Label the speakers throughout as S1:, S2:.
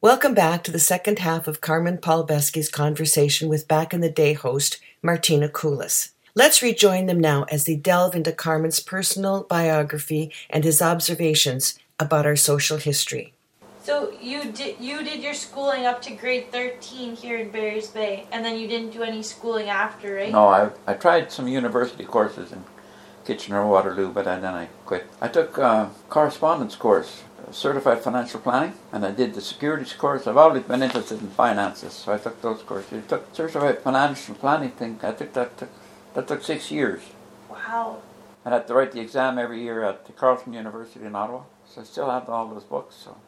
S1: Welcome back to the second half of Carmen Palbeski's conversation with back in the day host Martina Koulis. Let's rejoin them now as they delve into Carmen's personal biography and his observations about our social history.
S2: So you did you did your schooling up to grade thirteen here in Barry's Bay, and then you didn't do any schooling after, right?
S3: No, I, I tried some university courses in Kitchener Waterloo, but I, then I quit. I took a correspondence course, certified financial planning, and I did the securities course. I've always been interested in finances, so I took those courses. I took certified financial planning thing. I took that took, that took six years.
S2: Wow.
S3: I had to write the exam every year at the Carleton University in Ottawa, so I still have all those books. So.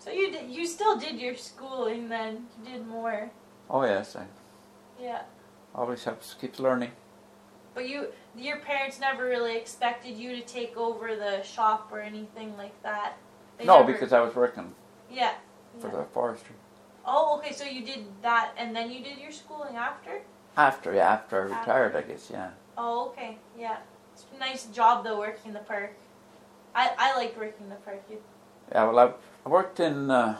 S2: So you did, you still did your schooling then. You did more.
S3: Oh yes, I
S2: Yeah.
S3: always have to keep learning.
S2: But you your parents never really expected you to take over the shop or anything like that. They
S3: no,
S2: never-
S3: because I was working
S2: yeah.
S3: for
S2: yeah.
S3: the forestry.
S2: Oh, okay. So you did that, and then you did your schooling after.
S3: After, yeah, after I retired, I guess, yeah.
S2: Oh, okay. Yeah. It's a nice job though working in the park. I I liked working in the park. You,
S3: Yeah, well, I, I worked in uh,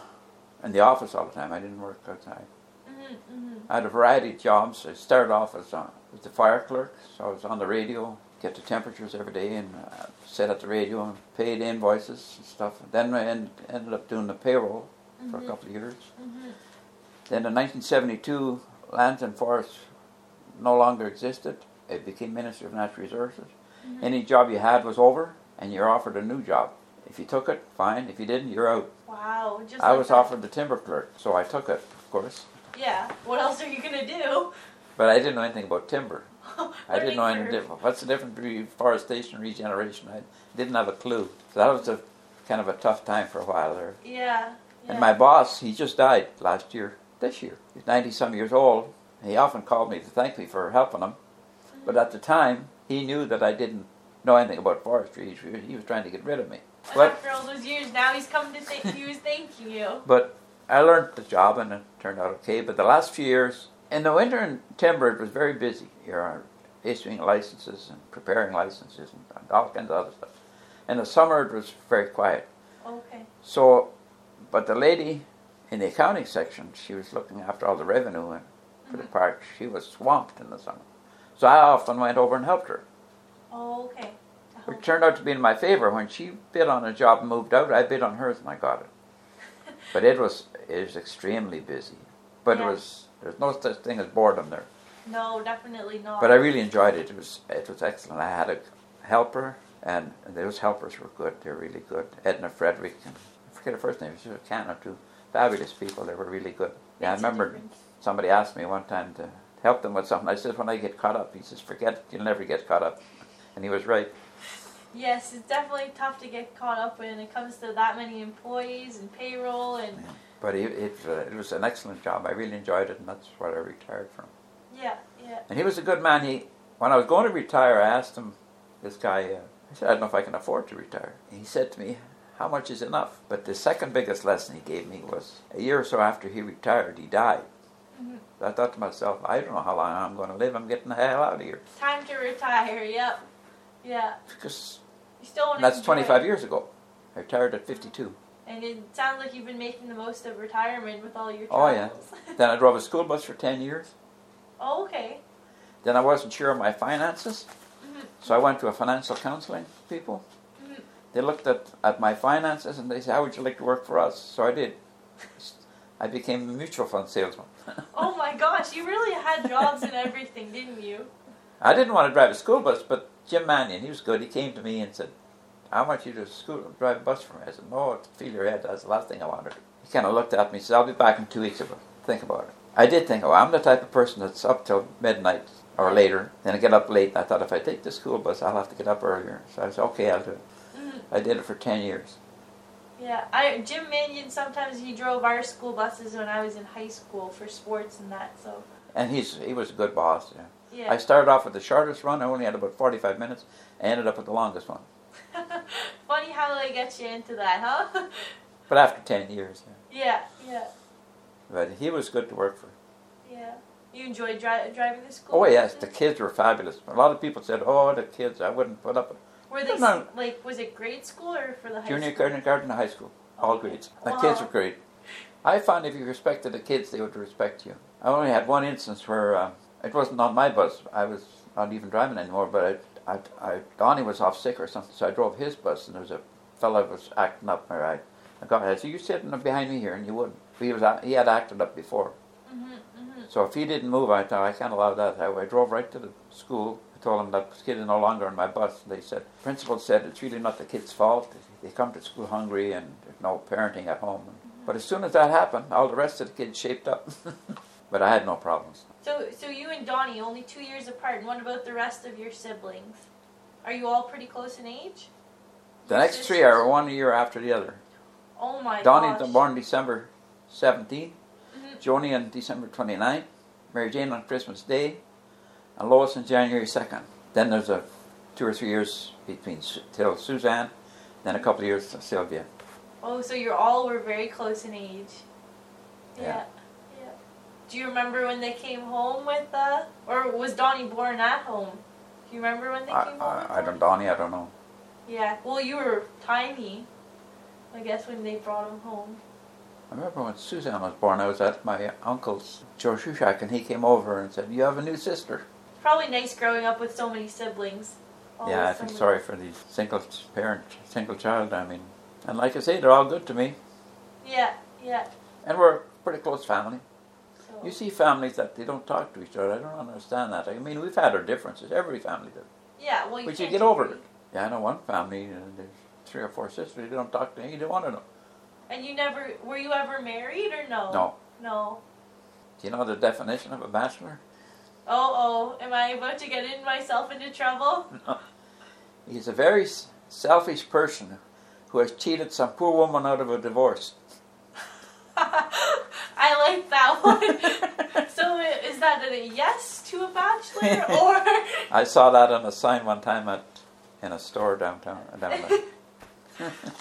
S3: in the office all the time. I didn't work outside.
S2: mm mm
S3: I had a variety of jobs. I started off as a, as a fire clerk, so I was on the radio, get the temperatures every day, and uh, set up the radio and paid invoices and stuff. Then I end, ended up doing the payroll
S2: mm-hmm.
S3: for a couple of years.
S2: Mhm.
S3: Then in 1972, lands and forests no longer existed. It became Ministry of Natural Resources. Any job you had was over, and you're offered a new job. If you took it, fine. If you didn't, you're out.
S2: Wow. Just
S3: I
S2: like
S3: was
S2: that.
S3: offered the timber clerk, so I took it, of course.
S2: Yeah. What else are you gonna do?
S3: But I didn't know anything about timber. I didn't know
S2: Learning
S3: any
S2: curve.
S3: different. What's the difference between forestation and regeneration? I didn't have a clue. So that was a kind of a tough time for a while there.
S2: Yeah. yeah.
S3: And my boss, he just died last year, this year. He's 90 some years old. He often called me to thank me for helping him. But at the time, he knew that I didn't know anything about forestry. He- He was trying to get rid of me. But
S2: After all those years, now he's come to think he was thanking you.
S3: But I learned the job and it turned out okay. But the last few years, in the winter in timber, it was very busy. You're issuing licenses and preparing licenses and all kinds of other stuff. In the summer, it was very quiet.
S2: Okay.
S3: So, but the lady in the accounting section, she was looking after all the revenue and for the park. She was swamped in the summer. So I often went over and helped her.
S2: Oh, okay. To
S3: It
S2: help.
S3: turned out to be in my favor. When she bid on a job and moved out, I bid on hers and I got it. But it was it was extremely busy. But
S2: Yeah.
S3: it was there's no such thing as boredom there.
S2: No, definitely not.
S3: But I really enjoyed it. It was it was excellent. I had a helper, and those helpers were good. They're really good. Edna Frederick, and I forget her first name. She was a can or two. Fabulous people. They were really good.
S2: Makes
S3: Yeah, I
S2: a
S3: remember
S2: difference.
S3: somebody asked me one time to help them with something. I said, when I get caught up, he says, forget it. You'll never get caught up. And he was right.
S2: Yes, it's definitely tough to get caught up when it comes to that many employees and payroll and
S3: But it, it, uh, it was an excellent job. I really enjoyed it, and that's what I retired from.
S2: yeah, yeah.
S3: And he was a good man. He, when I was going to retire, I asked him, this guy, uh, I said, I don't know if I can afford to retire. He said to me, How much is enough? But the second biggest lesson he gave me was a year or so after he retired, he died. I thought to myself, I don't know how long I'm going to live. I'm getting the hell out of here.
S2: Time to retire. Yep. Yeah.
S3: Because
S2: You still want
S3: and that's 25 years ago. I retired at 52.
S2: And it sounds like you've been making the most of retirement with all your
S3: Oh, yeah.
S2: travels.
S3: Then I drove a school bus for 10 years.
S2: oh, okay.
S3: Then I wasn't sure of my finances,
S2: Mhm.
S3: so I went to a financial counseling people.
S2: Mhm.
S3: They looked at, at my finances and they said, "How would you like to work for us?" So I did. I became a mutual fund salesman.
S2: Oh my gosh, you really had jobs and everything, didn't you?
S3: I didn't want to drive a school bus, but Jim Mannion, he was good. He came to me and said, "I want you to school drive a bus for me." I said, "No, it's feel your head. That's the last thing I wanted." He kind of looked at me and said, "I'll be back in two weeks. About it. Think about it." I did think, "Oh, I'm the type of person that's up till midnight or later. Then I get up late." I thought, if I take the school bus, I'll have to get up earlier. So I said, "Okay, I'll do it."
S2: Mhm.
S3: I did it for ten years.
S2: Yeah, I Jim Mannion. Sometimes he drove our school buses when I was in high school for sports and that. So
S3: And he's he was a good boss. Yeah.
S2: yeah,
S3: I started off with the shortest run. I only had about 45 minutes. I ended up with the longest one.
S2: funny how they get you into that, huh?
S3: But after 10 years. yeah.
S2: yeah, yeah,
S3: But he was good to work for.
S2: yeah. You enjoy dri- driving the school?
S3: Oh, yes, the
S2: buses?
S3: kids were fabulous. A lot of people said, oh, the kids, I wouldn't put up with
S2: Were they
S3: No.
S2: s like was it grade school or for the high
S3: junior
S2: school?
S3: kindergarten to high school. All grades. The kids
S2: Wow.
S3: were great. I found if you respected the kids, they would respect you. I only had one instance where uh, it wasn't on my bus. I was not even driving anymore, but I, I, I, Donnie was off sick or something, so I drove his bus, and there was a fellow who was acting up. All right, I got I said, "You sitting behind me here," and you wouldn't. He was act- he had acted up before, so if he didn't move, I thought I can't allow that. I, I drove right to the school. I told them that this kid is no longer on my bus. They said, principal said it's really not the kid's fault. They come to school hungry and there's no parenting at home. But as soon as that happened, all the rest of the kids shaped up. but I had no problems.
S2: So, so you and Donnie only two years apart, and what about the rest of your siblings? Are you all pretty close in age?
S3: The
S2: Your
S3: next three
S2: sisters?
S3: are one year after the other.
S2: Oh my
S3: Donnie
S2: gosh.
S3: born December 17,
S2: Mhm.
S3: Joni on December 29, Mary Jane on Christmas Day, and Lois on January 2nd. Then there's a two or three years between Su- till Suzanne, then a couple of years to Sylvia.
S2: Oh, so you all were very close in age.
S3: Yeah.
S2: Yeah. yeah. Do you remember when they came home with uh or was Donnie born at home? Do you remember when they
S3: I,
S2: came home? with
S3: I, I don't,
S2: him?
S3: Donnie, I don't know.
S2: Yeah. Well, you were tiny. I guess when they brought him home.
S3: I remember when Suzanne was born, I was at my uncle's, Joe Shushak, and he came over and said, You have a new sister.
S2: Probably nice growing up with so many siblings. All
S3: yeah, I
S2: with
S3: feel
S2: somebody-
S3: sorry for these single parent, single child, I mean. And like I say, they're all good to me,
S2: Yeah, yeah.
S3: and we're a pretty close family.
S2: So.
S3: You see families that they don't talk to each other. I don't understand that. I mean, we've had our differences. Every family does.
S2: yeah. Well, you
S3: But you
S2: can't
S3: get over
S2: agree.
S3: it. Yeah, I know one family, uh, there's three or four sisters, they don't talk to either one of them.
S2: And you never were you ever married or no?
S3: No.
S2: No.
S3: Do you know the definition of a bachelor?
S2: Oh oh, am I about to get in myself into trouble?
S3: He's a very s- selfish person who has cheated some poor woman out of a divorce.
S2: I like that one. so i- is that a yes to a bachelor or
S3: I saw that on a sign one time at in a store downtown. down there.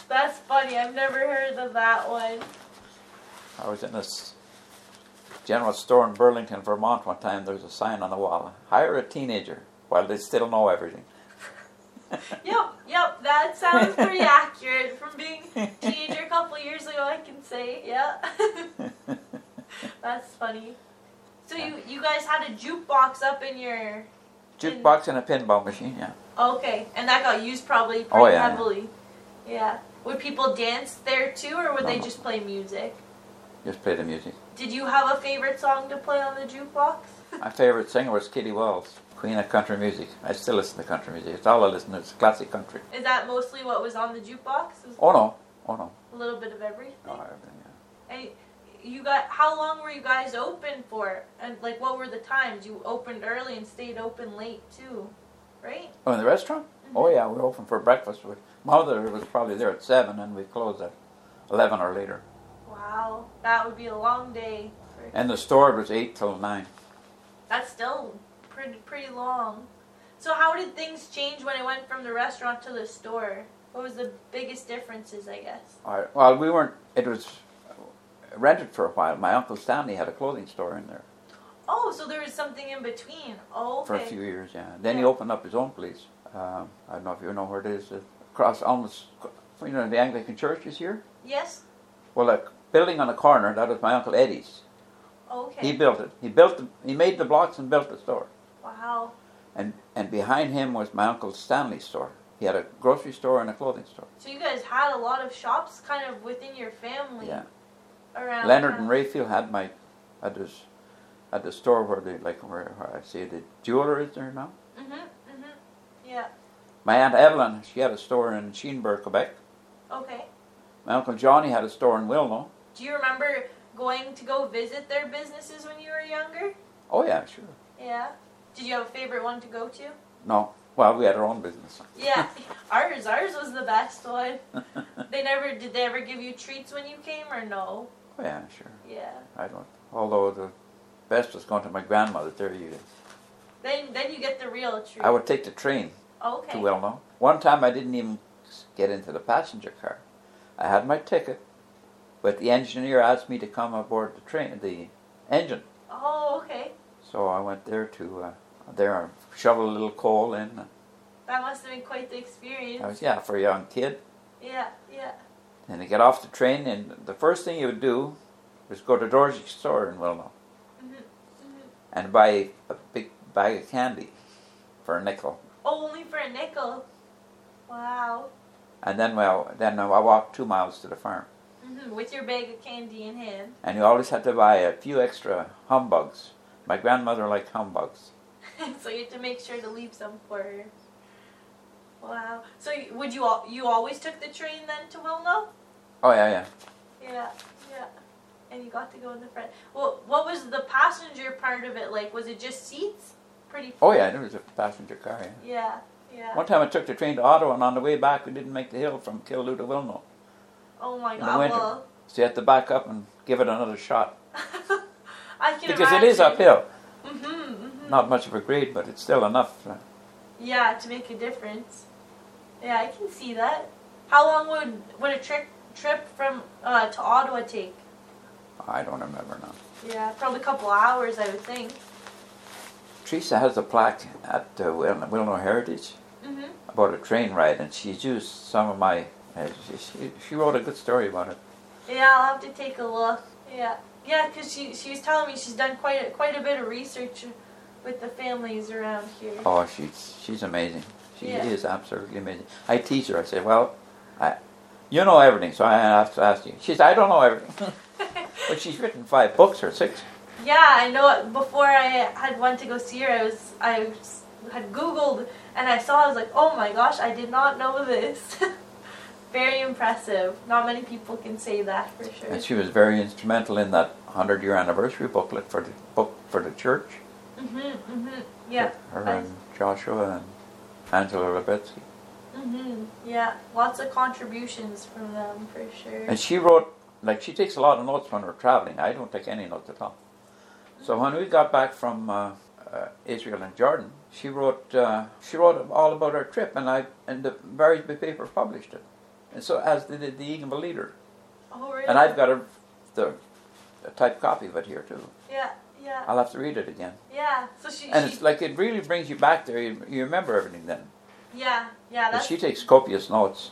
S2: That's funny. I've never heard of that one.
S3: I was in this general store in Burlington, Vermont one time. There was a sign on the wall hire a teenager while they still know everything.
S2: Yep, yep, that sounds pretty accurate from being a teenager a couple years ago, I can say. Yeah. That's funny. So you you guys had a jukebox up in your
S3: Jukebox and a pinball machine, yeah.
S2: Okay, and that got used probably pretty
S3: Oh, yeah, yeah.
S2: heavily. Yeah. Would people dance there too, or would they
S3: No.
S2: just play music?
S3: Just play the music.
S2: Did you have a favorite song to play on the jukebox?
S3: My favorite singer was Kitty Wells, Queen of Country Music. I still listen to country music. It's all I listen to. It's classic country.
S2: Is that mostly what was on the jukebox? It was
S3: Oh no, oh no.
S2: a little bit of everything.
S3: Oh, everything, yeah.
S2: And you got how long were you guys open for? And like, what were the times? You opened early and stayed open late too, right?
S3: Oh, in the restaurant? Oh yeah, we opened for breakfast. We- Mother was probably there at 7 and we closed at 11 or later.
S2: Wow, that would be a long day. for-
S3: And the store was 8 till 9.
S2: That's still pretty pretty long. So how did things change when it went from the restaurant to the store? What was the biggest differences, I guess?
S3: All right. Well, we weren't, it was rented for a while. My Uncle Stanley had a clothing store in there
S2: Oh, so there was something in between. Oh, okay.
S3: for a few years, yeah. Then he
S2: Yeah.
S3: opened up his own place. Um, I don't know if you know where it is. It's across almost, you know, the Anglican church is here.
S2: Yes.
S3: Well, a building on the corner, that was my Uncle Eddie's.
S2: Okay.
S3: He built it. He built the, he made the blocks and built the store.
S2: wow.
S3: And, and behind him was my Uncle Stanley's store. He had a grocery store and a clothing store.
S2: So you guys had a lot of shops kind of within your family.
S3: Yeah.
S2: Around.
S3: Leonard and
S2: town.
S3: Rayfield had my, at this, at the store where they, like, where, where I see the jeweler is there now.
S2: Mhm. Mhm. Yeah.
S3: My Aunt Evelyn, she had a store in Sheenburg, Quebec.
S2: Okay.
S3: My Uncle Johnny had a store in Wilno.
S2: Do you remember going to go visit their businesses when you were younger?
S3: Oh, yeah, sure.
S2: Yeah. Did you have a favorite one to go to?
S3: No, well, we had our own business. Oh,
S2: Yeah, ours ours was the best one. They never did they ever give you treats when you came or no?
S3: Oh, yeah, sure.
S2: Yeah.
S3: I don't, although the best was going to my grandmother, there you
S2: Then then you get the real treat.
S3: I would take the train to
S2: okay.
S3: Wilno. One time I didn't even get into the passenger car. I had my ticket, but the engineer asked me to come aboard the train, the engine.
S2: Oh, okay.
S3: So I went there to, uh, there and shovel a little coal in.
S2: That must have been quite the
S3: I
S2: experience.
S3: was, yeah, for a young kid.
S2: Yeah, yeah.
S3: And he got off the train, and the first thing he would do was go to Dorjik's store in Wilno
S2: Mm-hmm.
S3: and buy a big bag of candy for a nickel.
S2: Oh, only for a nickel. Wow.
S3: And then, well, then I walked two miles to the farm.
S2: hmm With your bag of candy in hand.
S3: And you always had to buy a few extra humbugs. My grandmother liked humbugs.
S2: so you had to make sure to leave some for her. Wow. So you- would you al- you always took the train then to Wilno?
S3: Oh, yeah, yeah.
S2: Yeah, yeah. And you got to go in the front. Well, what was the passenger part of it like? Was it just seats? Pretty.
S3: Oh, yeah, there was a passenger car, yeah.
S2: Yeah, yeah.
S3: One time I took the train to Ottawa, and on the way back, we didn't make the hill from Killaloo to Wilno.
S2: Oh my
S3: In the
S2: God.
S3: winter.
S2: Well,
S3: So you had to back up and give it another shot.
S2: I can
S3: Because it is uphill.
S2: hmm hmm
S3: Not much of a grade, but it's still enough. uh,
S2: Yeah, to make a difference. Yeah, I can see that. How long would would a trip trip from uh, to Ottawa take?
S3: I don't remember now.
S2: Yeah, probably a couple hours, I would think.
S3: Teresa has a plaque at uh, Wil- Wilno Heritage
S2: hmm
S3: about a train ride, and she's used some of my. Uh, she- she, she wrote a good story about it.
S2: Yeah, I'll have to take a look. Yeah, yeah, because she she was telling me she's done quite a, quite a bit of research with the families around here.
S3: Oh, she's she's amazing. She
S2: Yeah.
S3: is absolutely amazing. I teach her. I say, well, I, you know everything, so I have to ask you. She says, I don't know everything, but she's written five books or six.
S2: Yeah, I know. it- Before I had went to go see her, I was I was- had Googled and I saw. I was like, oh my gosh, I did not know this. Very impressive. Not many people can say that for sure.
S3: And she was very instrumental in that hundred year anniversary booklet for the book for the church.
S2: Mhm, mhm. Yeah.
S3: Her
S2: I-
S3: and Joshua and Angela Levitsky.
S2: Mhm. Yeah. Lots of contributions from them for sure.
S3: And she wrote, like, she takes a lot of notes when we're traveling. I don't take any notes at all. So when we got back from uh, uh, Israel and Jordan, she wrote, uh, she wrote all about our trip, and I and the various paper published it. And so as did the, the Eagle Leader,
S2: Oh really?
S3: and I've got a the a typed copy of it here too.
S2: Yeah. Yeah.
S3: I'll have to read it again.
S2: Yeah. So she.
S3: Uh, And
S2: she
S3: it's like it really brings you back there. You, you remember everything then.
S2: yeah. Yeah.
S3: But
S2: That's
S3: she takes copious notes,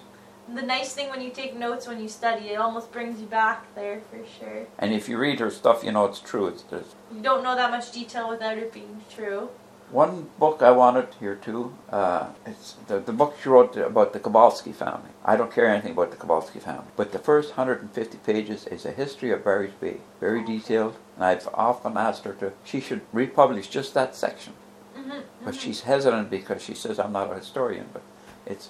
S2: the nice thing when you take notes when you study. It almost brings you back there for sure.
S3: and if you read her stuff, you know it's true. It's there's
S2: You don't know that much detail without it being true.
S3: One book I wanted here too. Uh, it's the, the book she wrote about the Kowalski family. I don't care anything about the Kowalski family, but the first 150 pages is a history of Barry's Bay, very detailed. And I've often asked her to. She should republish just that section,
S2: Mhm,
S3: but she's hesitant because she says I'm not a historian. But it's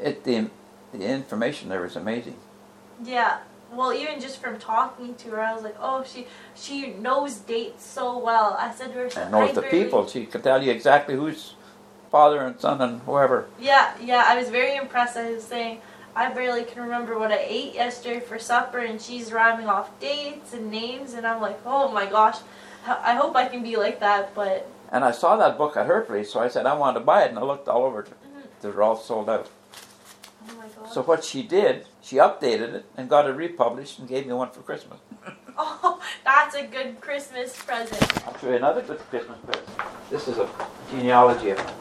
S3: it the the information there is amazing.
S2: Mm-hmm. Yeah. Well, even just from talking to her, I was like, oh, she she knows dates so well. I said to her,
S3: And knows
S2: I
S3: the
S2: barely-
S3: people. She can tell you exactly who's father and son and whoever.
S2: Yeah, yeah. I was very impressed. I was saying, I barely can remember what I ate yesterday for supper, and she's rhyming off dates and names, and I'm like, oh my gosh, I I hope I can be like that. But
S3: And I saw that book at her place, so I said I wanted to buy it, and I looked all over. They're all sold out.
S2: oh my gosh.
S3: So what she did, she updated it and got it republished and gave me one for Christmas.
S2: Oh, that's a good Christmas present.
S3: Actually, another good Christmas present. This is a genealogy of my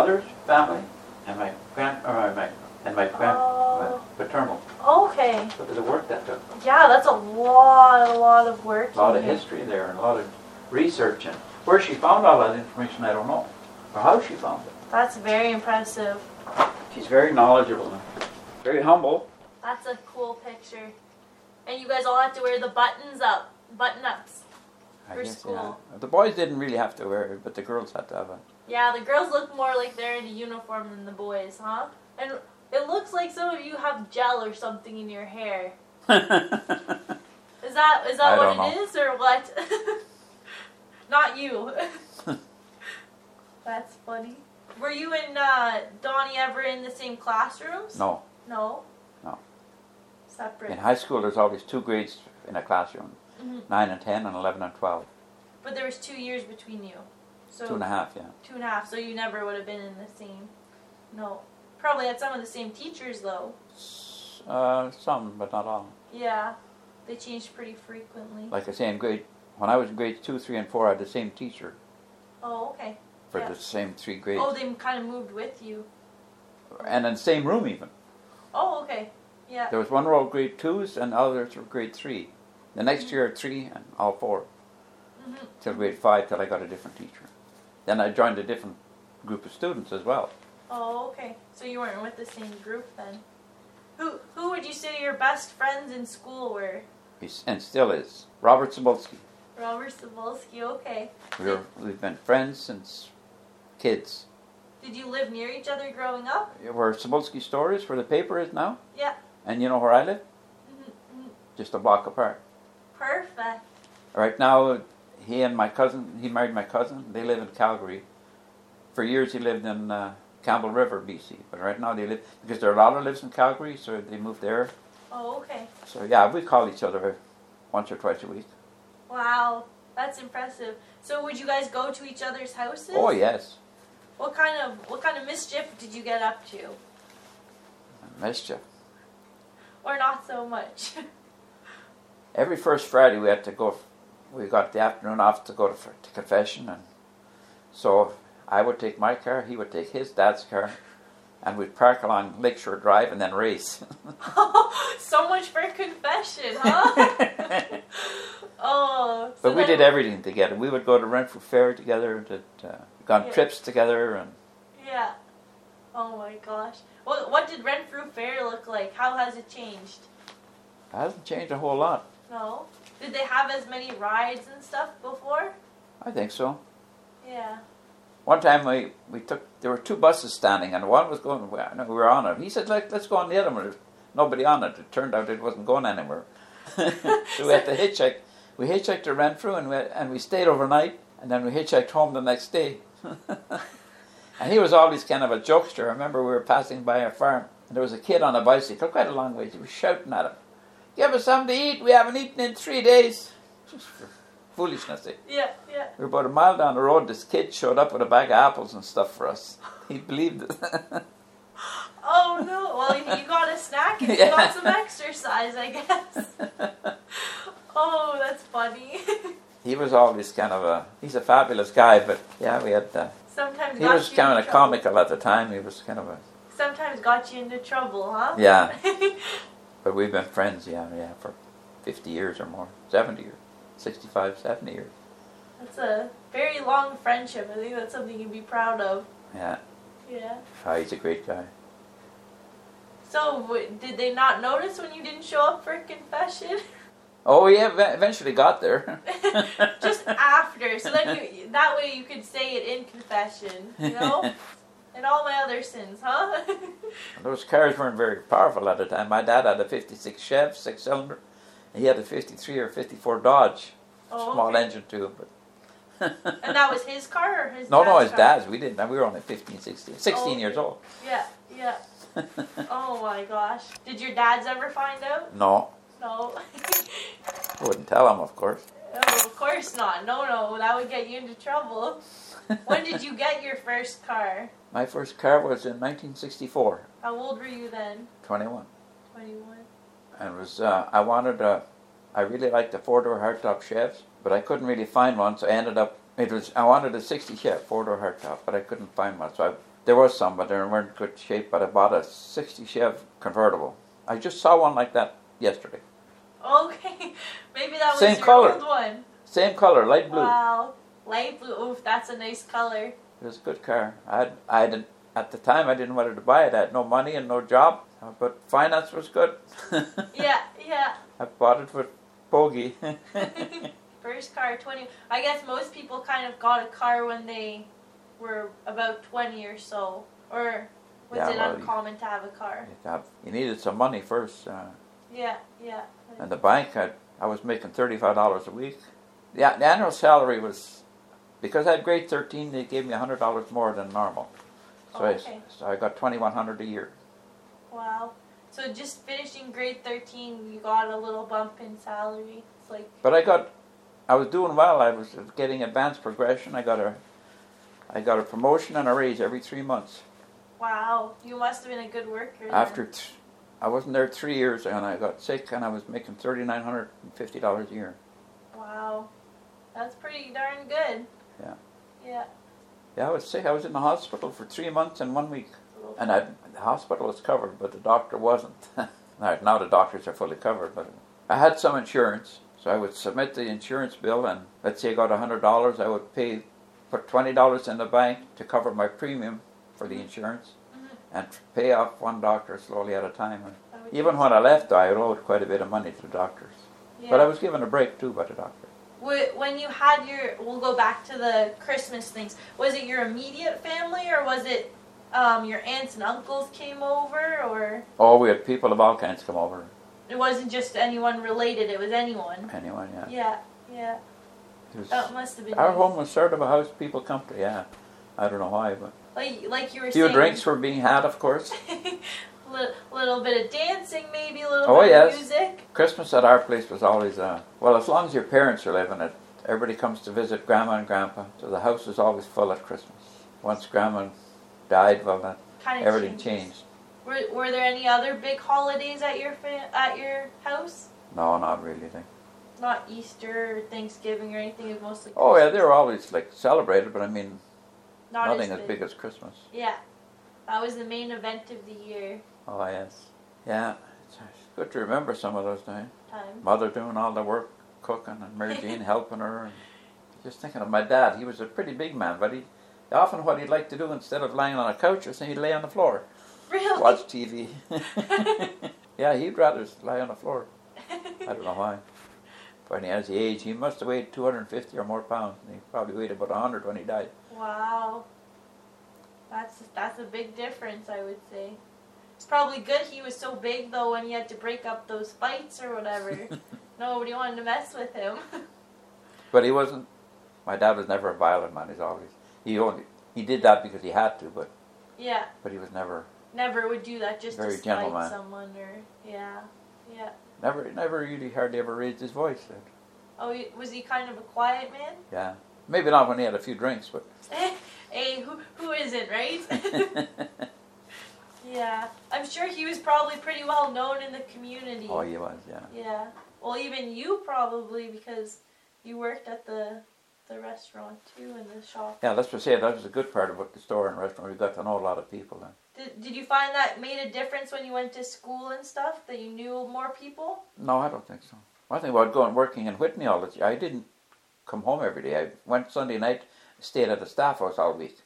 S3: mother's family and my grand or my, my and my grand
S2: Oh.
S3: my paternal.
S2: Okay.
S3: Look at the work that took.
S2: Yeah, that's a lot, a lot of work.
S3: A lot of
S2: here.
S3: history there and a lot of research and where she found all that information, I don't know, or how she found it.
S2: That's very impressive.
S3: She's very knowledgeable, and very humble.
S2: That's a cool picture. And you guys all have to wear the buttons up, button ups.
S3: I
S2: For
S3: guess,
S2: school.
S3: yeah. The boys didn't really have to wear it, but the girls had to have it.
S2: Yeah, the girls look more like they're in a uniform than the boys, huh? And it looks like some of you have gel or something in your hair. Is that is that
S3: I
S2: what
S3: don't
S2: it is or what? Not you. That's funny. Were you and uh, Donnie ever in the same classrooms?
S3: no.
S2: No.
S3: No.
S2: Separate.
S3: In high school, there's always two grades in a classroom:
S2: Mhm.
S3: nine and ten, and eleven and twelve.
S2: But there was two years between you. So
S3: Two and a half, yeah.
S2: two and a half, So you never would have been in the same. No. Probably had some of the same teachers though.
S3: S- Uh, some, but not all.
S2: Yeah. They changed pretty frequently.
S3: Like I say, in grade when I was in grades two, three, and four, I had the same teacher
S2: Oh, okay. Oh,
S3: for
S2: Yeah.
S3: the same three grades,
S2: Oh, they kind of moved with you.
S3: and in the same room even.
S2: Oh, okay. Yeah.
S3: There was one row of grade twos and others were grade three. The next
S2: Mm-hmm.
S3: year, three and all 4 till grade five, till I got a different teacher. Then I joined a different group of students as well.
S2: Oh, okay. So you weren't with the same group then. Who who would you say your best friends in school were?
S3: He's, and still is. Robert Cebulski.
S2: Robert Cebulski. Okay.
S3: We were, we've been friends since kids.
S2: Did you live near each other growing up?
S3: Where Cebulski Store is, where the paper is now.
S2: Yeah.
S3: And you know where I live?
S2: Mhm, mhm.
S3: Just a block apart.
S2: Perfect.
S3: Right now, he and my cousin, he married my cousin. They live in Calgary. For years, he lived in uh, Campbell River, BC. But right now, they live because their daughter lives in Calgary, so they moved there.
S2: Oh, okay.
S3: So yeah, we call each other once or twice a week.
S2: Wow. That's impressive. So would you guys go to each other's houses?
S3: Oh yes,
S2: What kind of what kind of mischief did you get up to?
S3: mischief.
S2: Or not so much?
S3: Every first Friday, we had to go. We got the afternoon off to go to, to confession, and so I would take my car. He would take his dad's car, and we'd park along Lakeshore Drive and then race.
S2: so much for confession, huh? oh. so
S3: But we
S2: then-
S3: did everything together. We would go to Renfrew Fair together, did, uh, gone
S2: Yeah.
S3: trips together, and
S2: Yeah. Oh my gosh. What what did Renfrew Fair look like? How has it changed?
S3: it hasn't changed a whole lot.
S2: No. Did they have as many rides and stuff before?
S3: I think so.
S2: Yeah.
S3: One time we, we took, there were two buses standing, and one was going, well, no, we were on it. He said, Let, let's go on the other one. There's nobody on it. It turned out it wasn't going anywhere. so we had to hitchhike. We hitchhiked to Renfrew, and we, and we stayed overnight, and then we hitchhiked home the next day. and he was always kind of a jokester. I remember we were passing by a farm, and there was a kid on a bicycle, quite a long ways. He was shouting at him, Give us something to eat. We haven't eaten in three days. Foolishness, eh?
S2: Yeah, yeah.
S3: We were about a mile down the road. This kid showed up with a bag of apples and stuff for us. He believed it.
S2: Oh no. Well, if you got a snack and you
S3: Yeah.
S2: got some exercise, I guess. Oh, that's funny.
S3: he was always kind of a. He's a fabulous guy, but yeah, we had. Uh,
S2: Sometimes
S3: he
S2: got
S3: was
S2: you
S3: kind
S2: into
S3: of
S2: trouble.
S3: comical at the time. He was kind of a.
S2: Sometimes got you into trouble, huh?
S3: Yeah, but we've been friends. Yeah, yeah, for fifty years or more, seventy years, 65, 70 years.
S2: that's a very long friendship. I think that's something you'd be proud of.
S3: Yeah,
S2: Yeah.
S3: Ah, he's a great guy.
S2: So, w- did they not notice when you didn't show up for confession?
S3: Oh yeah, ev- eventually got there.
S2: Just after, so then you, that way you could say it in confession, you know? and all my other sins, huh?
S3: Those cars weren't very powerful at the time. My dad had a 56 Chev, six cylinder. He had a 53 or 54 Dodge,
S2: Oh,
S3: small
S2: okay.
S3: engine too. But
S2: And that was his car or his
S3: no,
S2: dad's
S3: no, his
S2: car?
S3: dad's. We didn't. We were only 15, 16, 16
S2: Oh,
S3: years old.
S2: Yeah, yeah. Oh my gosh. Did your dads ever find out?
S3: no,
S2: No.
S3: I wouldn't tell him, of course.
S2: oh, of course not. No, no, that would get you into trouble. When did you get your first car?
S3: My first car was in 1964,
S2: How old were you then?
S3: 21,
S2: 21.
S3: and it was uh, I wanted a. I really liked the four-door hardtop Chevs, but I couldn't really find one, so I ended up. It was I wanted a 60 Chev four-door hardtop, but I couldn't find one, so I There was some, but they weren't in good shape. But I bought a 60 Chev convertible. I just saw one like that yesterday.
S2: Okay, maybe that was
S3: Same
S2: your
S3: color.
S2: old one.
S3: Same color, light blue.
S2: Wow, light blue. Oof, that's a nice color.
S3: It was a good car. I had, I had at the time I didn't want to buy it. I had no money and no job, uh, but finance was good.
S2: Yeah, yeah.
S3: I bought it with Bogey.
S2: First car, twenty. I guess most people kind of got a car when they were about twenty or so, or was
S3: Yeah,
S2: it
S3: well, you-
S2: uncommon to have a car?
S3: you needed some money first, uh,
S2: Yeah, yeah.
S3: and the bank had. I was making thirty-five dollars a week. The, the annual salary was because I had grade thirteen. They gave me hundred dollars more than normal, so
S2: Oh,
S3: I s-
S2: okay.
S3: so I got twenty-one hundred a year.
S2: Wow. So just finishing grade thirteen, you got a little bump in salary. It's like
S3: But I got, I was doing well. I was getting advanced progression. I got a, I got a promotion and a raise every three months.
S2: wow, you must have been a good worker. then.
S3: After, th- I wasn't there three years, and I got sick, and I was making thirty nine hundred and fifty dollars a year.
S2: Wow, that's pretty darn good.
S3: Yeah.
S2: Yeah.
S3: Yeah, I was sick. I was in the hospital for three months and one week,
S2: Little-
S3: and I the hospital was covered, but the doctor wasn't. Now, now the doctors are fully covered, but I had some insurance, so I would submit the insurance bill, and let's say I got $100, I would pay, put $20 in the bank to cover my premium for the insurance, and pay off one doctor slowly at a time. And
S2: I would
S3: even
S2: guess.
S3: when I left, I owed quite a bit of money to the doctors.
S2: yeah.
S3: But I was given a break too by the doctor.
S2: Wh- when you had your we'll go back to the christmas things was it your immediate family or was it um, your aunts and uncles came over or
S3: Oh, we had people of all kinds come over.
S2: it wasn't just anyone related it was anyone
S3: Anyone, yeah.
S2: yeah Oh, yeah
S3: It was-
S2: that must have been
S3: our
S2: nice.
S3: home was sort of a house people come to, yeah. I don't know why, but
S2: like like you were
S3: a few
S2: saying
S3: drinks were being had, of course.
S2: little, little bit of dancing maybe a little
S3: Oh,
S2: bit
S3: yes.
S2: of music
S3: Christmas at our place was always, uh, well, as long as your parents are living it, everybody comes to visit Grandma and Grandpa, so the house is always full at Christmas. Once Grandma died, well, then
S2: kind of
S3: everything
S2: changes.
S3: changed.
S2: were, were there any other big holidays at your fa- at your house
S3: No, not really. They-
S2: not easter or thanksgiving or anything it was mostly
S3: Oh, yeah, they're always, like, celebrated, but I mean,
S2: not
S3: nothing
S2: as
S3: as big as Christmas.
S2: Yeah. That was the main event of the year
S3: Oh, yes. Yeah, it's it's good to remember some of those times.
S2: time.
S3: Mother doing all the work, cooking, and Mary Jean helping her. And just thinking of my dad. He was a pretty big man, but he often what he'd like to do instead of lying on a couch or something, he'd lay on the floor,
S2: Really?
S3: watch TV. yeah, he'd rather lie on the floor. I don't know why. But as he aged, he must have weighed 250 or more pounds. And he probably weighed about 100 when he died.
S2: wow. That's that's a big difference, I would say. It's probably good he was so big though when he had to break up those fights or whatever. Nobody wanted to mess with him.
S3: But he wasn't. My dad was never a violent man. He's always he only he did that because he had to, but
S2: yeah.
S3: but he was never
S2: Never would do that just
S3: Very
S2: to spite
S3: gentleman.
S2: someone or yeah. Yeah.
S3: never never really hardly ever raised his voice.
S2: Oh, he- was he kind of a quiet man?
S3: Yeah. Maybe not when he had a few drinks, but
S2: hey, who who isn't, right? Yeah, I'm sure he was probably pretty well known in the community.
S3: oh, he was, yeah.
S2: Yeah. Well, even you probably because you worked at the the restaurant too and the shop.
S3: Yeah, that's what I said. That was a good part about the store and restaurant. We got to know a lot of people then.
S2: Did, did you find that made a difference when you went to school and stuff that you knew more people?
S3: No, I don't think so. One thing about going working in Whitney all the time, I didn't come home every day. I went Sunday night, stayed at a staff house all week,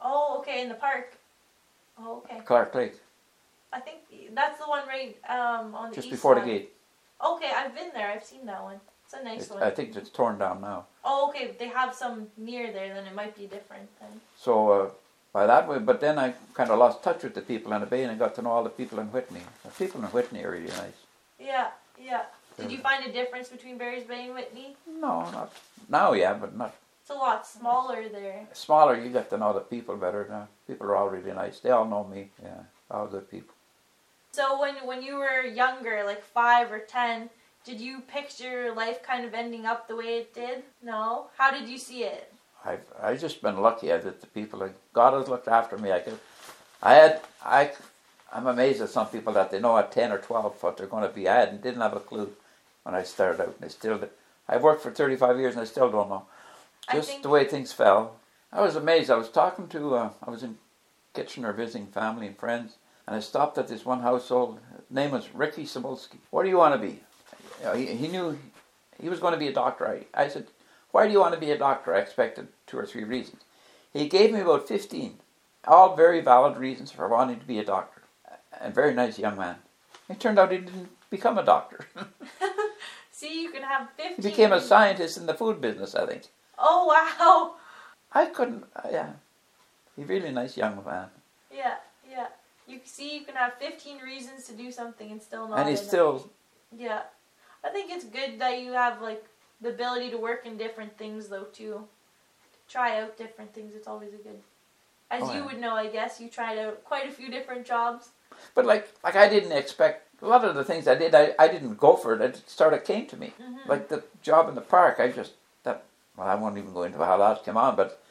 S2: Oh, okay, in the park. Oh, okay.
S3: Clark Lake,
S2: I think that's the one right um on the
S3: just
S2: east
S3: before the
S2: side.
S3: gate.
S2: Okay, I've been there. I've seen that one. It's a nice
S3: It's,
S2: one.
S3: I think it's torn down now.
S2: oh, okay. They have some near there. Then it might be different then.
S3: So uh, by that way, but then I kind of lost touch with the people in the bay and I got to know all the people in Whitney. The people in Whitney are really nice.
S2: Yeah, yeah. Did
S3: Yeah.
S2: you find a difference between Barry's Bay and Whitney?
S3: No, not now, yeah, but not
S2: It's a lot smaller there.
S3: smaller, you get to know the people better. Now. People are all really nice. They all know me. Yeah, all good people.
S2: So when when you were younger, like five or ten, did you picture your life kind of ending up the way it did? No. How did you see it?
S3: I've I just been lucky that the people that God has looked after me. I could, I had I, I'm amazed at some people that they know at ten or twelve what they're going to be. I hadn't didn't have a clue when I started out, and I still. d- I've worked for thirty five years, and I still don't know.
S2: I
S3: Just
S2: think-
S3: the way things fell. I was amazed. I was talking to. Uh, I was in Kitchener visiting family and friends, and I stopped at this one household. His name was Ricky Simulski. What do you want to be? You know, he, he knew he was going to be a doctor. I, I said, Why do you want to be a doctor? I expected two or three reasons. He gave me about 15, all very valid reasons for wanting to be a doctor. A very nice young man. It turned out he didn't become a doctor.
S2: See, you can have
S3: he
S2: fifteen.
S3: became a scientist in the food business, I think.
S2: Oh wow!
S3: I couldn't, uh, yeah. He really nice young man.
S2: Yeah, yeah. You see, you can have fifteen reasons to do something and still not.
S3: and he's
S2: enough.
S3: still,
S2: Yeah, I think it's good that you have like the ability to work in different things though too. Try out different things. It's always a good. As
S3: Oh,
S2: you
S3: yeah.
S2: would know, I guess you tried out quite a few different jobs.
S3: but like, like I didn't expect, a lot of the things I did, I, I didn't go for it. It sort of came to me.
S2: Mm-hmm.
S3: like the job in the park, I just that well, I won't even go into how that came on, but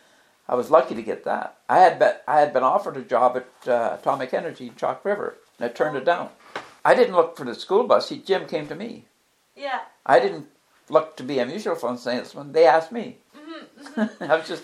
S3: I was lucky to get that. I had been I had been offered a job at uh, Atomic Energy in Chalk River, and I turned it down. I didn't look for the school bus. He, Jim came to me.
S2: yeah.
S3: I didn't look to be a mutual fund salesman. They asked me. I was just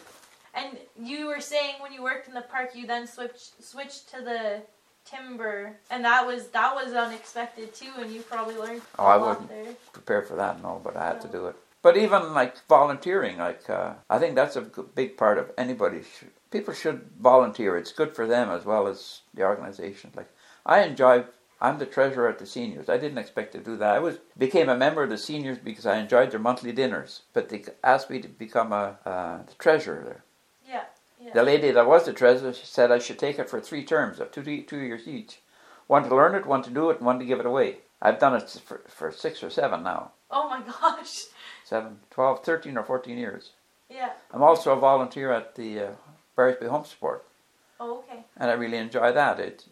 S2: And you were saying when you worked in the park, you then switched switched to the timber, and that was that was unexpected too. And you probably learned
S3: Oh, I
S2: a lot
S3: wouldn't.
S2: there.
S3: prepare for that and all, but I had to do it. But even like volunteering, like uh, I think that's a g- big part of anybody. Sh- people should volunteer. It's good for them as well as the organization. Like I enjoy. I'm the treasurer at the seniors. I didn't expect to do that. I was became a member of the seniors because I enjoyed their monthly dinners. But they asked me to become a uh, the treasurer there.
S2: Yeah, yeah.
S3: The lady that was the treasurer she said I should take it for three terms of two two years each, one to learn it, one to do it, and one to give it away. I've done it s- for, for six or seven now.
S2: Oh my gosh.
S3: Seven, twelve, thirteen, or 14 years.
S2: Yeah.
S3: I'm also a volunteer at the uh, Barrisby Home Support,
S2: Oh, okay.
S3: and I really enjoy that. It,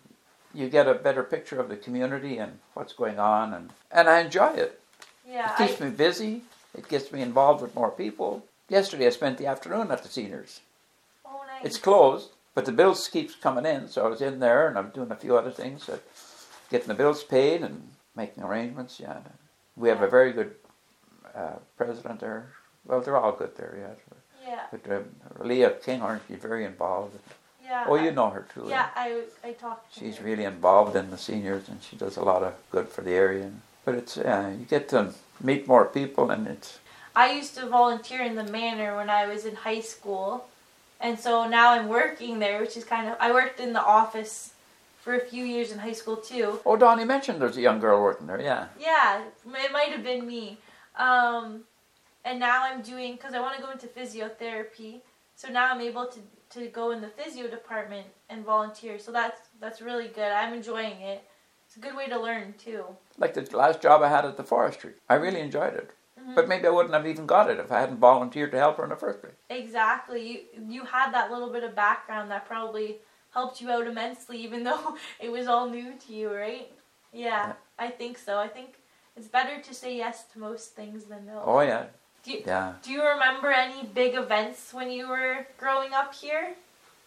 S3: you get a better picture of the community and what's going on, and, and I enjoy it.
S2: Yeah.
S3: It
S2: I-
S3: keeps me busy, it gets me involved with more people. Yesterday I spent the afternoon at the seniors.
S2: oh, nice.
S3: It's closed, but the bills keeps coming in, so I was in there and I'm doing a few other things, uh, getting the bills paid and making arrangements. Yeah, we have a very good uh, president there. Well, they're all good there, yeah.
S2: yeah.
S3: But uh, Leah King, aren't you very involved?
S2: Yeah.
S3: Oh, you
S2: I-
S3: know her too.
S2: Yeah, I I talked. To
S3: She's
S2: her.
S3: really involved in the seniors, and she does a lot of good for the area. But it's uh, you get to meet more people, and it's
S2: I used to volunteer in the manor when I was in high school, and so now I'm working there, which is kind of. I worked in the office for a few years in high school too.
S3: oh, Donnie mentioned there's a young girl working there. Yeah,
S2: Yeah, it might have been me. Um, and now I'm doing because I want to go into physiotherapy, so now I'm able to to go in the physio department and volunteer. So that's that's really good. I'm enjoying it. It's a good way to learn too.
S3: like the last job I had at the forestry, I really enjoyed it.
S2: Mhm.
S3: But maybe I wouldn't have even got it if I hadn't volunteered to help her in the first place.
S2: Exactly. You you had that little bit of background that probably helped you out immensely, even though it was all new to you, right? Yeah,
S3: Yeah.
S2: I think so. I think it's better to say yes to most things than no.
S3: Oh yeah,
S2: Do you-
S3: yeah.
S2: Do you remember any big events when you were growing up here,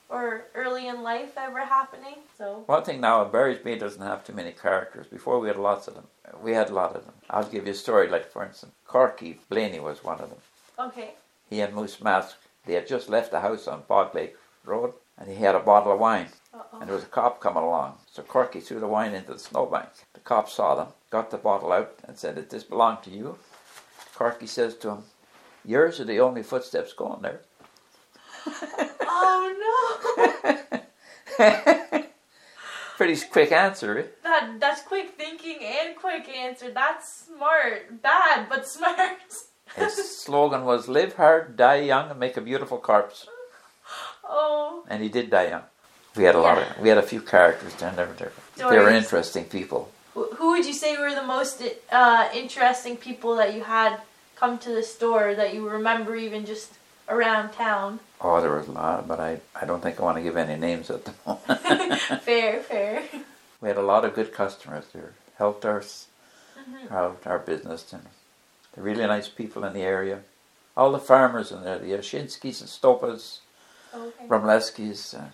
S2: or early in life ever happening? So
S3: One thing now, Barrisby doesn't have too many characters. Before we had lots of them. We had a lot of them. I'll give you a story. Like for instance, Corky Blaney was one of them.
S2: okay,
S3: He and Moose Mask, they had just left the house on Bog Lake Road, and he had a bottle of wine,
S2: uh
S3: and
S2: oh,
S3: there was a cop coming along. So Corky threw the wine into the snowbank. The cop saw them, got the bottle out, and said, "Did this belong to you?" Corky says to him, "Yours are the only footsteps going there."
S2: oh no!
S3: Pretty quick answer, eh?
S2: That that's quick thinking and quick answer. That's smart. Bad, but smart.
S3: His slogan was "Live hard, die young, and make a beautiful corpse."
S2: oh.
S3: And he did die young. We had a lot of, we had a few characters down there. They were- they were
S2: Stories.
S3: interesting people.
S2: Wh- Who would you say were the most uh, interesting people that you had come to the store that you remember even just around town?
S3: Oh, there was a lot, but I, I don't think I want to give any names at the moment.
S2: fair, fair.
S3: We had a lot of good customers there. Helped us out our business and the really nice people in the area. All the farmers in there, the Yashinskis and Stopas,
S2: Okay.
S3: Rumleskis, uh,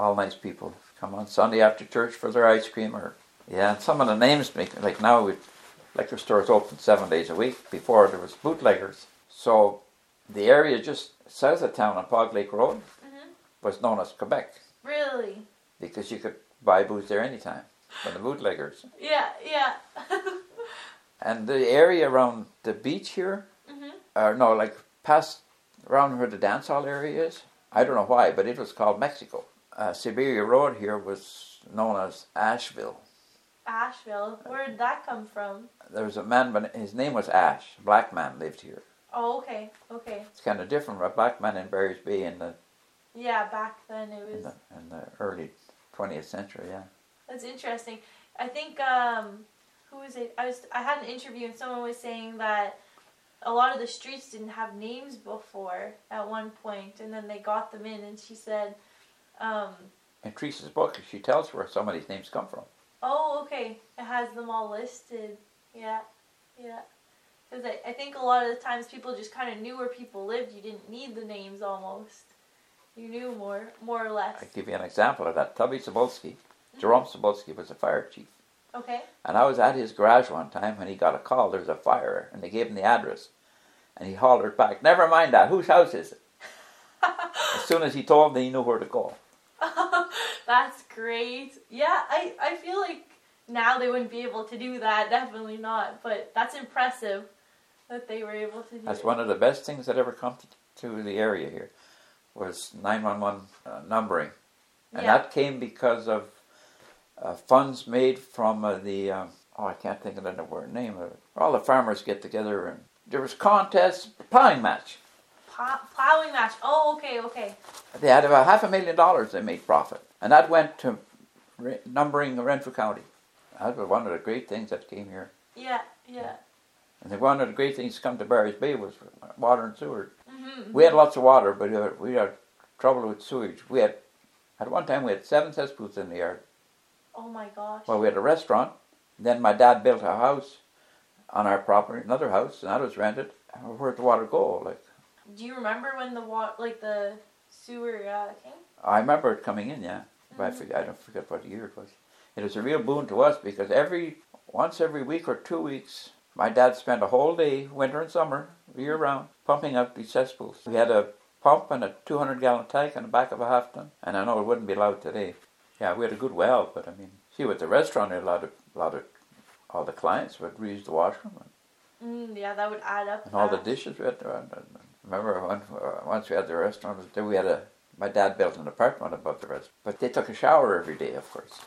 S3: all nice people. Come on Sunday after church for their ice cream or yeah, and some of the names make like now we liquor stores open seven days a week. Before there was bootleggers. So the area just south of town on Pog Lake Road was known as Quebec
S2: Really?
S3: because you could buy booze there anytime from the bootleggers.
S2: Yeah, yeah.
S3: And the area around the beach here,
S2: Mhm.
S3: or no, like past around where the dance hall area is, I don't know why, but it was called Mexico. Uh, Siberia Road here was known as Asheville.
S2: Asheville. Where'd that come from?
S3: There was a man, but his name was Ash. A black man lived here.
S2: Oh, okay, okay.
S3: It's kind of different. A black man in Barry's Bay in the,
S2: Yeah, back then it
S3: in
S2: was.
S3: the in the early 20th century. Yeah.
S2: That's interesting. I think um, who was it? I was I had an interview and someone was saying that a lot of the streets didn't have names before at one point, and then they got them in. And she said, um,
S3: In Teresa's book, she tells where some of these names come from.
S2: "Oh, okay, it has them all listed." Yeah, yeah. Because I, I think a lot of the times people just kind of knew where people lived. You didn't need the names almost. You knew more, more or less.
S3: I give you an example of that. Tubby Sobolski, Jerome Sobolski was a fire chief.
S2: Okay.
S3: And I was at his garage one time when he got a call, there's a fire, and they gave him the address. And he hollered back, Never mind that, whose house is it? as soon as he told me, he knew where to go.
S2: That's great. Yeah, I, I feel like now they wouldn't be able to do that. Definitely not. But that's impressive that they were able to do
S3: That's
S2: it.
S3: one of the best things that ever come to, to the area here was 911 uh, numbering. And
S2: Yeah.
S3: that came because of uh, funds made from uh, the, um, oh, I can't think of the word, name of it. All the farmers get together and there was contests, plowing match.
S2: Plow- plowing match. Oh, okay, okay.
S3: They had about half a million dollars they made profit. And that went to re- numbering Renfrew County. That was one of the great things that came here.
S2: Yeah, yeah.
S3: And then one of the great things to come to Barry's Bay was uh, water and sewer.
S2: hmm
S3: We had lots of water, but uh, we had trouble with sewage. We had, at one time, we had seven cesspools in the yard.
S2: Oh my gosh.
S3: Well, we had a restaurant. Then my dad built a house on our property, another house, and that was rented. Where'd the water go? Like
S2: do you remember when the water, like the sewer uh, came?
S3: I remember it coming in, yeah. But I forget, I don't forget what year it was. It was a real boon to us because every once every week or two weeks, my dad spent a whole day, winter and summer, year round, pumping out these cesspools. We had a pump and a 200 gallon tank on the back of a half ton, and I know it wouldn't be allowed today. Yeah, we had a good well, but I mean, see, with the restaurant, a lot of, a lot of, all the clients would reuse the washroom and,
S2: Mm, yeah, that would add up. Uh,
S3: and all the
S2: fast.
S3: dishes we had to. and- and- and Remember, one, uh, once we had the restaurant, then we had a. My dad built an apartment above the rest, but they took a shower every day, of course.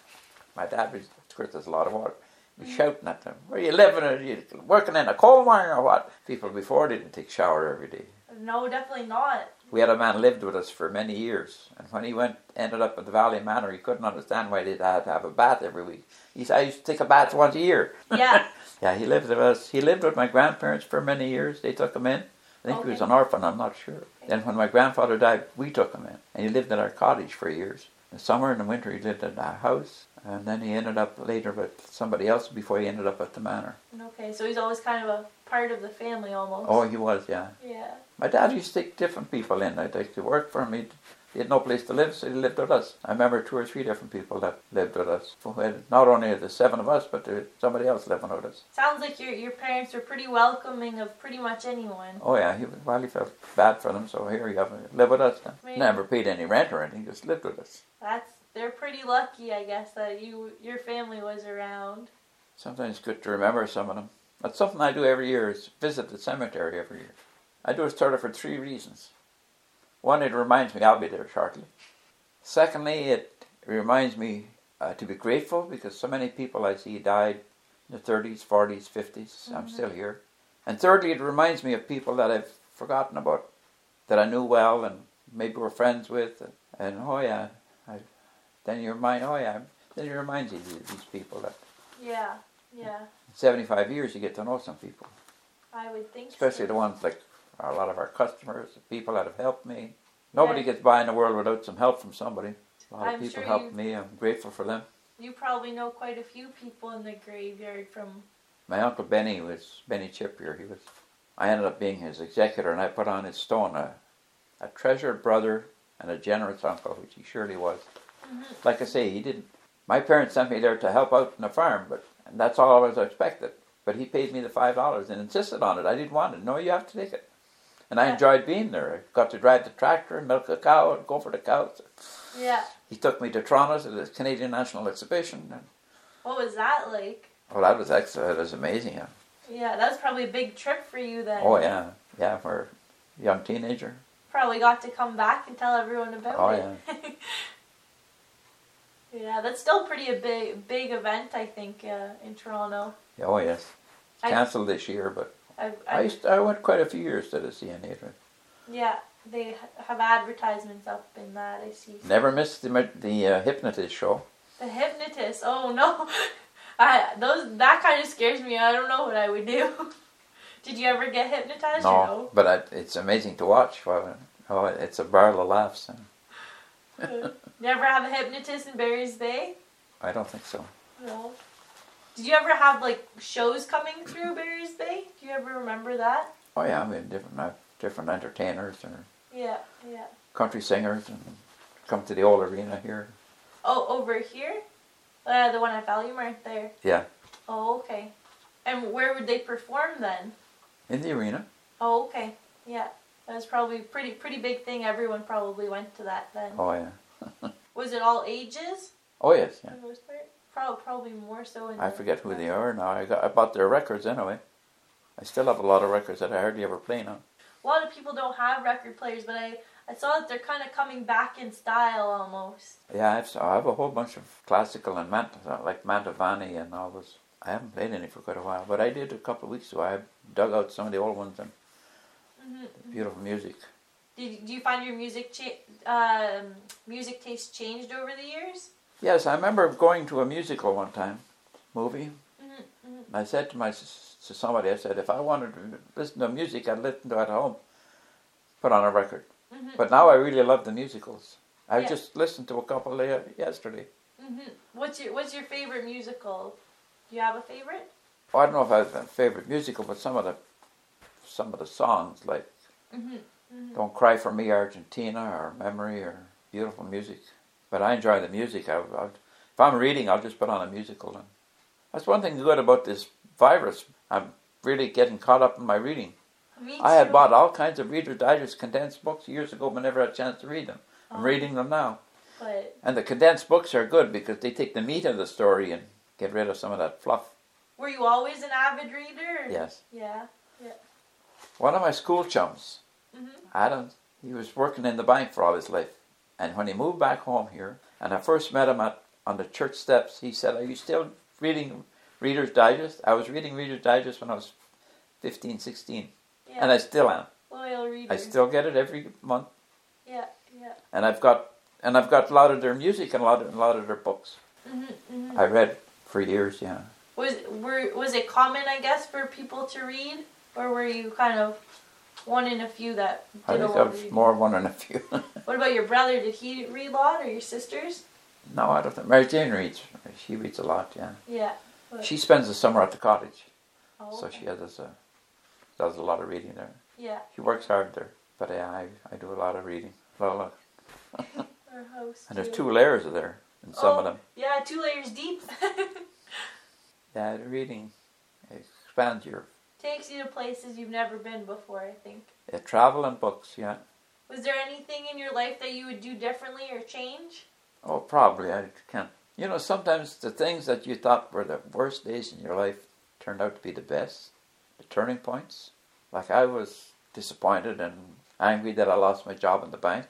S3: My dad was, of course, there's a lot of water. He was shouting at them, "Where you living? Are you working in a coal mine or what?" People before didn't take shower every day.
S2: No, definitely not.
S3: We had a man lived with us for many years, and when he went ended up at the Valley Manor, he couldn't understand why they had to have a bath every week. He said, "I used to take a bath once a year."
S2: Yeah.
S3: Yeah, he lived with us. He lived with my grandparents for many years. They took him in. I think he was
S2: Okay.
S3: an orphan. I'm not sure. Then when my grandfather died, we took him in, and he lived in our cottage for years. In the summer and the winter, he lived in our house, and then he ended up later with somebody else before he ended up at the manor.
S2: okay, so he's always kind of a part of the family almost.
S3: Oh, he was, yeah.
S2: Yeah.
S3: My dad used to take different people in. I'd like to work for him. He'd, he had no place to live, so he lived with us. I remember two or three different people that lived with us. Who had- Not only the seven of us, but there was somebody else living with us.
S2: Sounds like your your parents were pretty welcoming of pretty much anyone.
S3: Oh yeah, he was, well, he felt bad for them, so here you have him. live with us. Then.
S2: Right.
S3: Never paid any rent or anything, just lived with us.
S2: That's they're pretty lucky, I guess, that you your family was around.
S3: Sometimes it's good to remember some of them. That's something I do every year is visit the cemetery every year. I do it sort of for three reasons. One, it reminds me I'll be there shortly. Secondly, it reminds me uh, to be grateful because so many people I see died in the 30s, 40s, 50s. I'm still here. And thirdly, it reminds me of people that I've forgotten about, that I knew well and maybe were friends with. And, and oh yeah, I, then you remind, oh yeah, then it reminds you of these people that
S2: Yeah. Yeah.
S3: 75 years, you get to know some people,
S2: I would think
S3: especially the
S2: so.
S3: ones like a lot of our customers, the people that have helped me. Nobody
S2: Right.
S3: gets by in the world without some help from somebody. A lot of
S2: I'm
S3: people
S2: sure
S3: helped
S2: you-
S3: me. I'm grateful for them.
S2: You probably know quite a few people in the graveyard from
S3: My uncle Benny was Benny Chippier. He was. I ended up being his executor, and I put on his stone a, a treasured brother and a generous uncle, which he surely was. Like I say, he didn't. My parents sent me there to help out in the farm, but and that's all I was expected. But he paid me the five dollars and insisted on it. I didn't want it. No, you have to take it. And I
S2: Yeah.
S3: enjoyed being there. I got to drive the tractor and milk a cow and go for the cows.
S2: Yeah.
S3: He took me to Toronto to the Canadian National Exhibition. And,
S2: What was that like?
S3: oh, that was excellent. It was amazing.
S2: Yeah, that was probably a big trip for you then.
S3: Oh yeah, yeah, for a young teenager.
S2: Probably got to come back and tell everyone about
S3: Oh,
S2: it. Yeah. that's still pretty a big big event, I think, uh, in Toronto.
S3: Oh yes,
S2: I-
S3: canceled this year, but
S2: I,
S3: I,
S2: I,
S3: used I went quite a few years to the CNA. trip.
S2: yeah, they h- have advertisements up in that. I see
S3: Never missed the ma- the uh, hypnotist show.
S2: the hypnotist. Oh no, I those that kind of scares me. I don't know what I would do. Did you ever get hypnotized? or
S3: No, but I, it's amazing to watch. Well, oh, it's a barrel of laughs. And
S2: no? Never have a hypnotist in Barry's Bay.
S3: I don't think so.
S2: No. Did you ever have like shows coming through Barry's Bay? Do you ever remember that?
S3: Oh yeah, I mean different uh, different entertainers or
S2: Yeah, yeah.
S3: country singers and come to the old arena here.
S2: Oh, over here? Uh, the one at Valley Mart there.
S3: Yeah,
S2: Oh, okay. And where would they perform then?
S3: in the arena.
S2: Oh, okay. Yeah. That was probably pretty pretty big thing. Everyone probably went to that then.
S3: Oh yeah.
S2: Wa- Was it all ages
S3: Oh, yes,
S2: for
S3: yeah.
S2: the most part? Probably, probably more so. In
S3: I
S2: the-
S3: forget who they are now. I, got, I bought their records anyway. I still have a lot of records that I hardly ever play now.
S2: A lot of people don't have record players, but I, I saw that they're kind of coming back in style almost.
S3: Yeah, I've, I have a whole bunch of classical and Mant, uh, like Mantovani and all those. I haven't played any for quite a while, but I did a couple of weeks ago. I dug out some of the old ones and
S2: hmm
S3: beautiful music.
S2: Did, do you find your music cha- um, music taste changed over the years?
S3: Yes, I remember going to a musical one time, movie.
S2: Mhm, mhm.
S3: And I said to my s- to somebody, I said, if I wanted to listen to music, I'd listen to it at home, put on a record.
S2: Mhm.
S3: But now I really love the musicals. I
S2: Yeah.
S3: just listened to a couple uh, yesterday.
S2: Mhm. What's your What's your favorite musical? Do you have a favorite?
S3: Oh, I don't know if I have a favorite musical, but some of the some of the songs like
S2: Mm-hmm.
S3: "Don't Cry for Me, Argentina" or "Memory" or beautiful music. But I enjoy the music. I, I, if I'm reading, I'll just put on a musical. And that's one thing good about this virus. I'm really getting caught up in my reading.
S2: Me
S3: I had
S2: too.
S3: bought all kinds of Reader's Digest condensed books years ago, but never had a chance to read them. I'm
S2: Oh.
S3: reading them now.
S2: But
S3: And the condensed books are good because they take the meat of the story and get rid of some of that fluff.
S2: were you always an avid reader?
S3: Yes.
S2: Yeah.
S3: One of my school chums,
S2: Mm-hmm.
S3: Adam, he was working in the bank for all his life. And when he moved back home here, and I first met him at, on the church steps, he said, Are you still reading Reader's Digest? I was reading Reader's Digest when I was 15, 16.
S2: Yeah.
S3: And I still am.
S2: Loyal reader.
S3: I still get it every month.
S2: Yeah. Yeah.
S3: And I've got and I've got a lot of their music and a lot of, a lot of their books.
S2: hmm hmm
S3: I read for years, yeah.
S2: Was were Was it common, I guess, for people to read, or were you kind of one in a few that did
S3: I
S2: a
S3: think
S2: lot
S3: I
S2: of
S3: was
S2: reading?
S3: more one than a few.
S2: What about your brother? Did he read a lot, or your sisters?
S3: no, I don't think. Mary Jane reads. She reads a lot, yeah.
S2: Yeah.
S3: She spends the summer at the cottage.
S2: Oh,
S3: So
S2: okay.
S3: she has a, does a lot of reading there.
S2: Yeah.
S3: She works hard there, but yeah, I, I do a lot of reading. A lot of-
S2: Her house.
S3: and there's
S2: too.
S3: two layers of there in some
S2: Oh.
S3: of them.
S2: Yeah, two layers deep.
S3: Yeah, the reading expands your
S2: Takes you to places you've never been before, I think.
S3: uh, travel and books. Yeah.
S2: Was there anything in your life that you would do differently or change?
S3: Oh, probably I can't. You know, sometimes the things that you thought were the worst days in your life turned out to be the best, the turning points. Like I was disappointed and angry that I lost my job in the bank,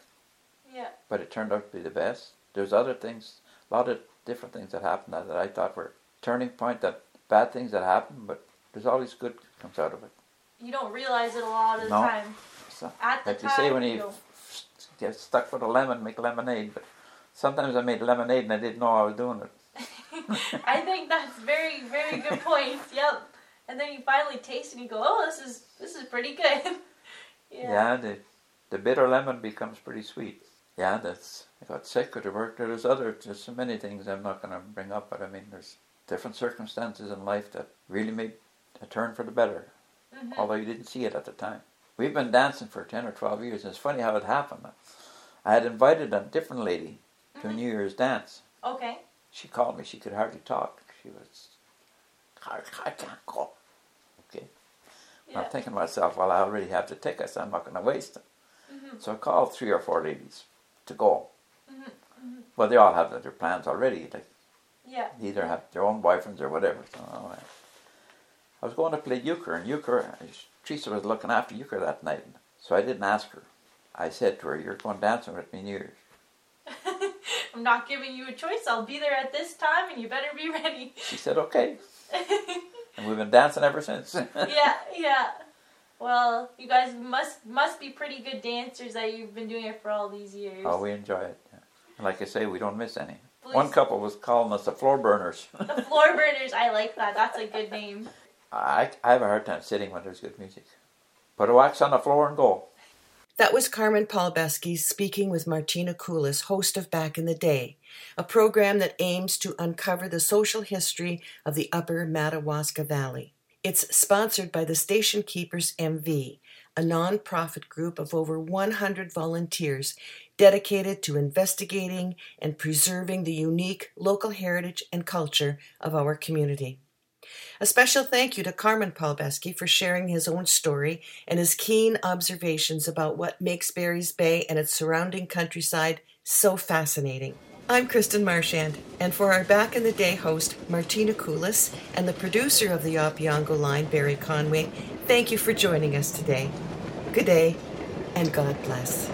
S2: Yeah.
S3: but it turned out to be the best. There's other things, a lot of different things that happened that I thought were turning point, that bad things that happened, but there's always good comes out of it.
S2: You don't realize it a lot of the
S3: No.
S2: time.
S3: So,
S2: At the
S3: like you
S2: time,
S3: say, when you
S2: don't.
S3: f- get stuck with a lemon, make lemonade. But sometimes I made lemonade and I didn't know I was doing it.
S2: I think that's very, very good point. Yep. And then you finally taste it and you go, oh, this is this is pretty good. yeah.
S3: Yeah, the, the bitter lemon becomes pretty sweet. Yeah, that's I got sick at the work. There's other there's so many things I'm not going to bring up, but I mean there's different circumstances in life that really made a turn for the better,
S2: Mhm.
S3: although you didn't see it at the time. We've been dancing for ten or twelve years, and it's funny how it happened. I had invited a different lady to a
S2: Mhm.
S3: New Year's dance.
S2: Okay.
S3: She called me. She could hardly talk. She was, I, I can't go. Okay.
S2: Yeah.
S3: I'm thinking to myself, well, I already have the tickets. I'm not going to waste them.
S2: Mhm.
S3: So I called three or four ladies to go.
S2: Mhm.
S3: Well, they all have their plans already. They
S2: Yeah.
S3: either have their own boyfriends or whatever. So all right. I was going to play euchre, and euchre, Teresa was looking after euchre that night. So I didn't ask her. I said to her, you're going dancing with me New Year's.
S2: I'm not giving you a choice. I'll be there at this time and you better be ready.
S3: She said, okay. And we've been dancing ever since.
S2: yeah, yeah. Well, you guys must must be pretty good dancers that you've been doing it for all these years.
S3: oh, we enjoy it. Yeah. And like I say, we don't miss any.
S2: Please-
S3: One couple was calling us the floor burners.
S2: the floor burners. I like that. That's a good name.
S3: I, I have a hard time sitting when there's good music. Put a wax on the floor and go.
S1: That was Carmen Palbeski speaking with Martina Koulis, host of Back in the Day, a program that aims to uncover the social history of the upper Madawaska Valley. It's sponsored by the Station Keepers MV, a nonprofit group of over 100 volunteers dedicated to investigating and preserving the unique local heritage and culture of our community. A special thank you to Carmen Palbeski for sharing his own story and his keen observations about what makes Barry's Bay and its surrounding countryside so fascinating. I'm Kristen Marchand, and for our Back in the Day host, Martina Koulis, and the producer of the Opiongo line, Barry Conway, thank you for joining us today. Good day, and God bless.